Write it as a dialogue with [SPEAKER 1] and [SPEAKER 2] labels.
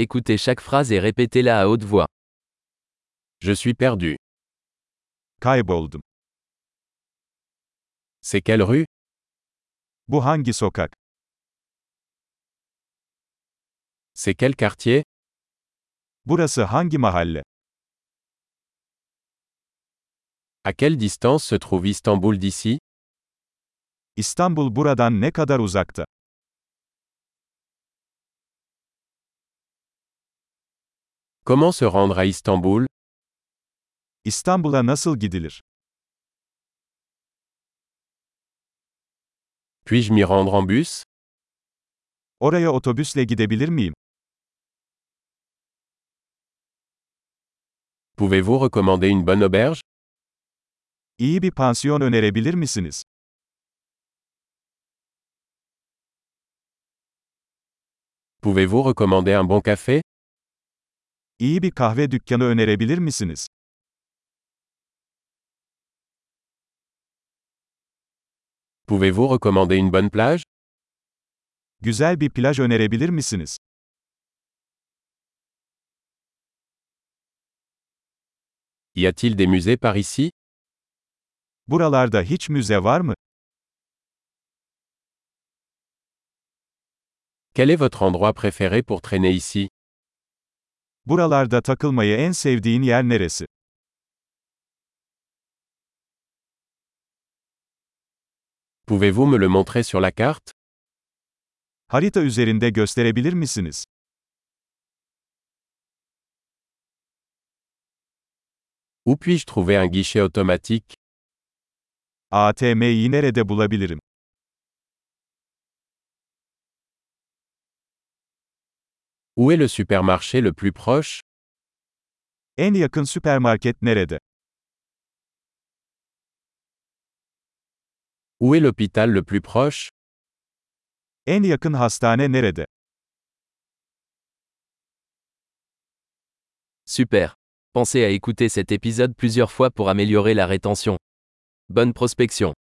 [SPEAKER 1] Écoutez chaque phrase et répétez-la à haute voix. Je suis perdu.
[SPEAKER 2] Kayboldum.
[SPEAKER 1] C'est quelle rue
[SPEAKER 2] Bu hangi sokak?
[SPEAKER 1] C'est quel quartier
[SPEAKER 2] Burası hangi mahalle?
[SPEAKER 1] À quelle distance se trouve Istanbul d'ici
[SPEAKER 2] İstanbul buradan ne kadar uzakta?
[SPEAKER 1] Comment se rendre à Istanbul
[SPEAKER 2] İstanbul'a nasıl gidilir?
[SPEAKER 1] Puis-je m'y rendre en bus
[SPEAKER 2] Oraya otobüsle gidebilir miyim?
[SPEAKER 1] Pouvez-vous recommander une bonne auberge
[SPEAKER 2] İyi bir pansiyon önerebilir misiniz?
[SPEAKER 1] Pouvez-vous recommander un bon café
[SPEAKER 2] İyi bir kahve dükkanı önerebilir misiniz?
[SPEAKER 1] Pouvez-vous recommander une bonne plage
[SPEAKER 2] Güzel bir plaj önerebilir misiniz?
[SPEAKER 1] Y a-t-il des musées par ici
[SPEAKER 2] Buralarda hiç müze var mı?
[SPEAKER 1] Quel est votre endroit préféré pour traîner ici
[SPEAKER 2] Buralarda takılmayı en sevdiğin yer neresi?
[SPEAKER 1] Pouvez-vous me le montrer sur la carte
[SPEAKER 2] Harita üzerinde gösterebilir misiniz?
[SPEAKER 1] Où puis-je trouver un guichet automatique
[SPEAKER 2] ATM'yi nerede bulabilirim?
[SPEAKER 1] Où est le supermarché le plus proche
[SPEAKER 2] En yakın süpermarket nerede?
[SPEAKER 1] Où est l'hôpital le plus proche
[SPEAKER 2] En yakın hastane nerede?
[SPEAKER 3] Super. Pensez à écouter cet épisode plusieurs fois pour améliorer la rétention. Bonne prospection.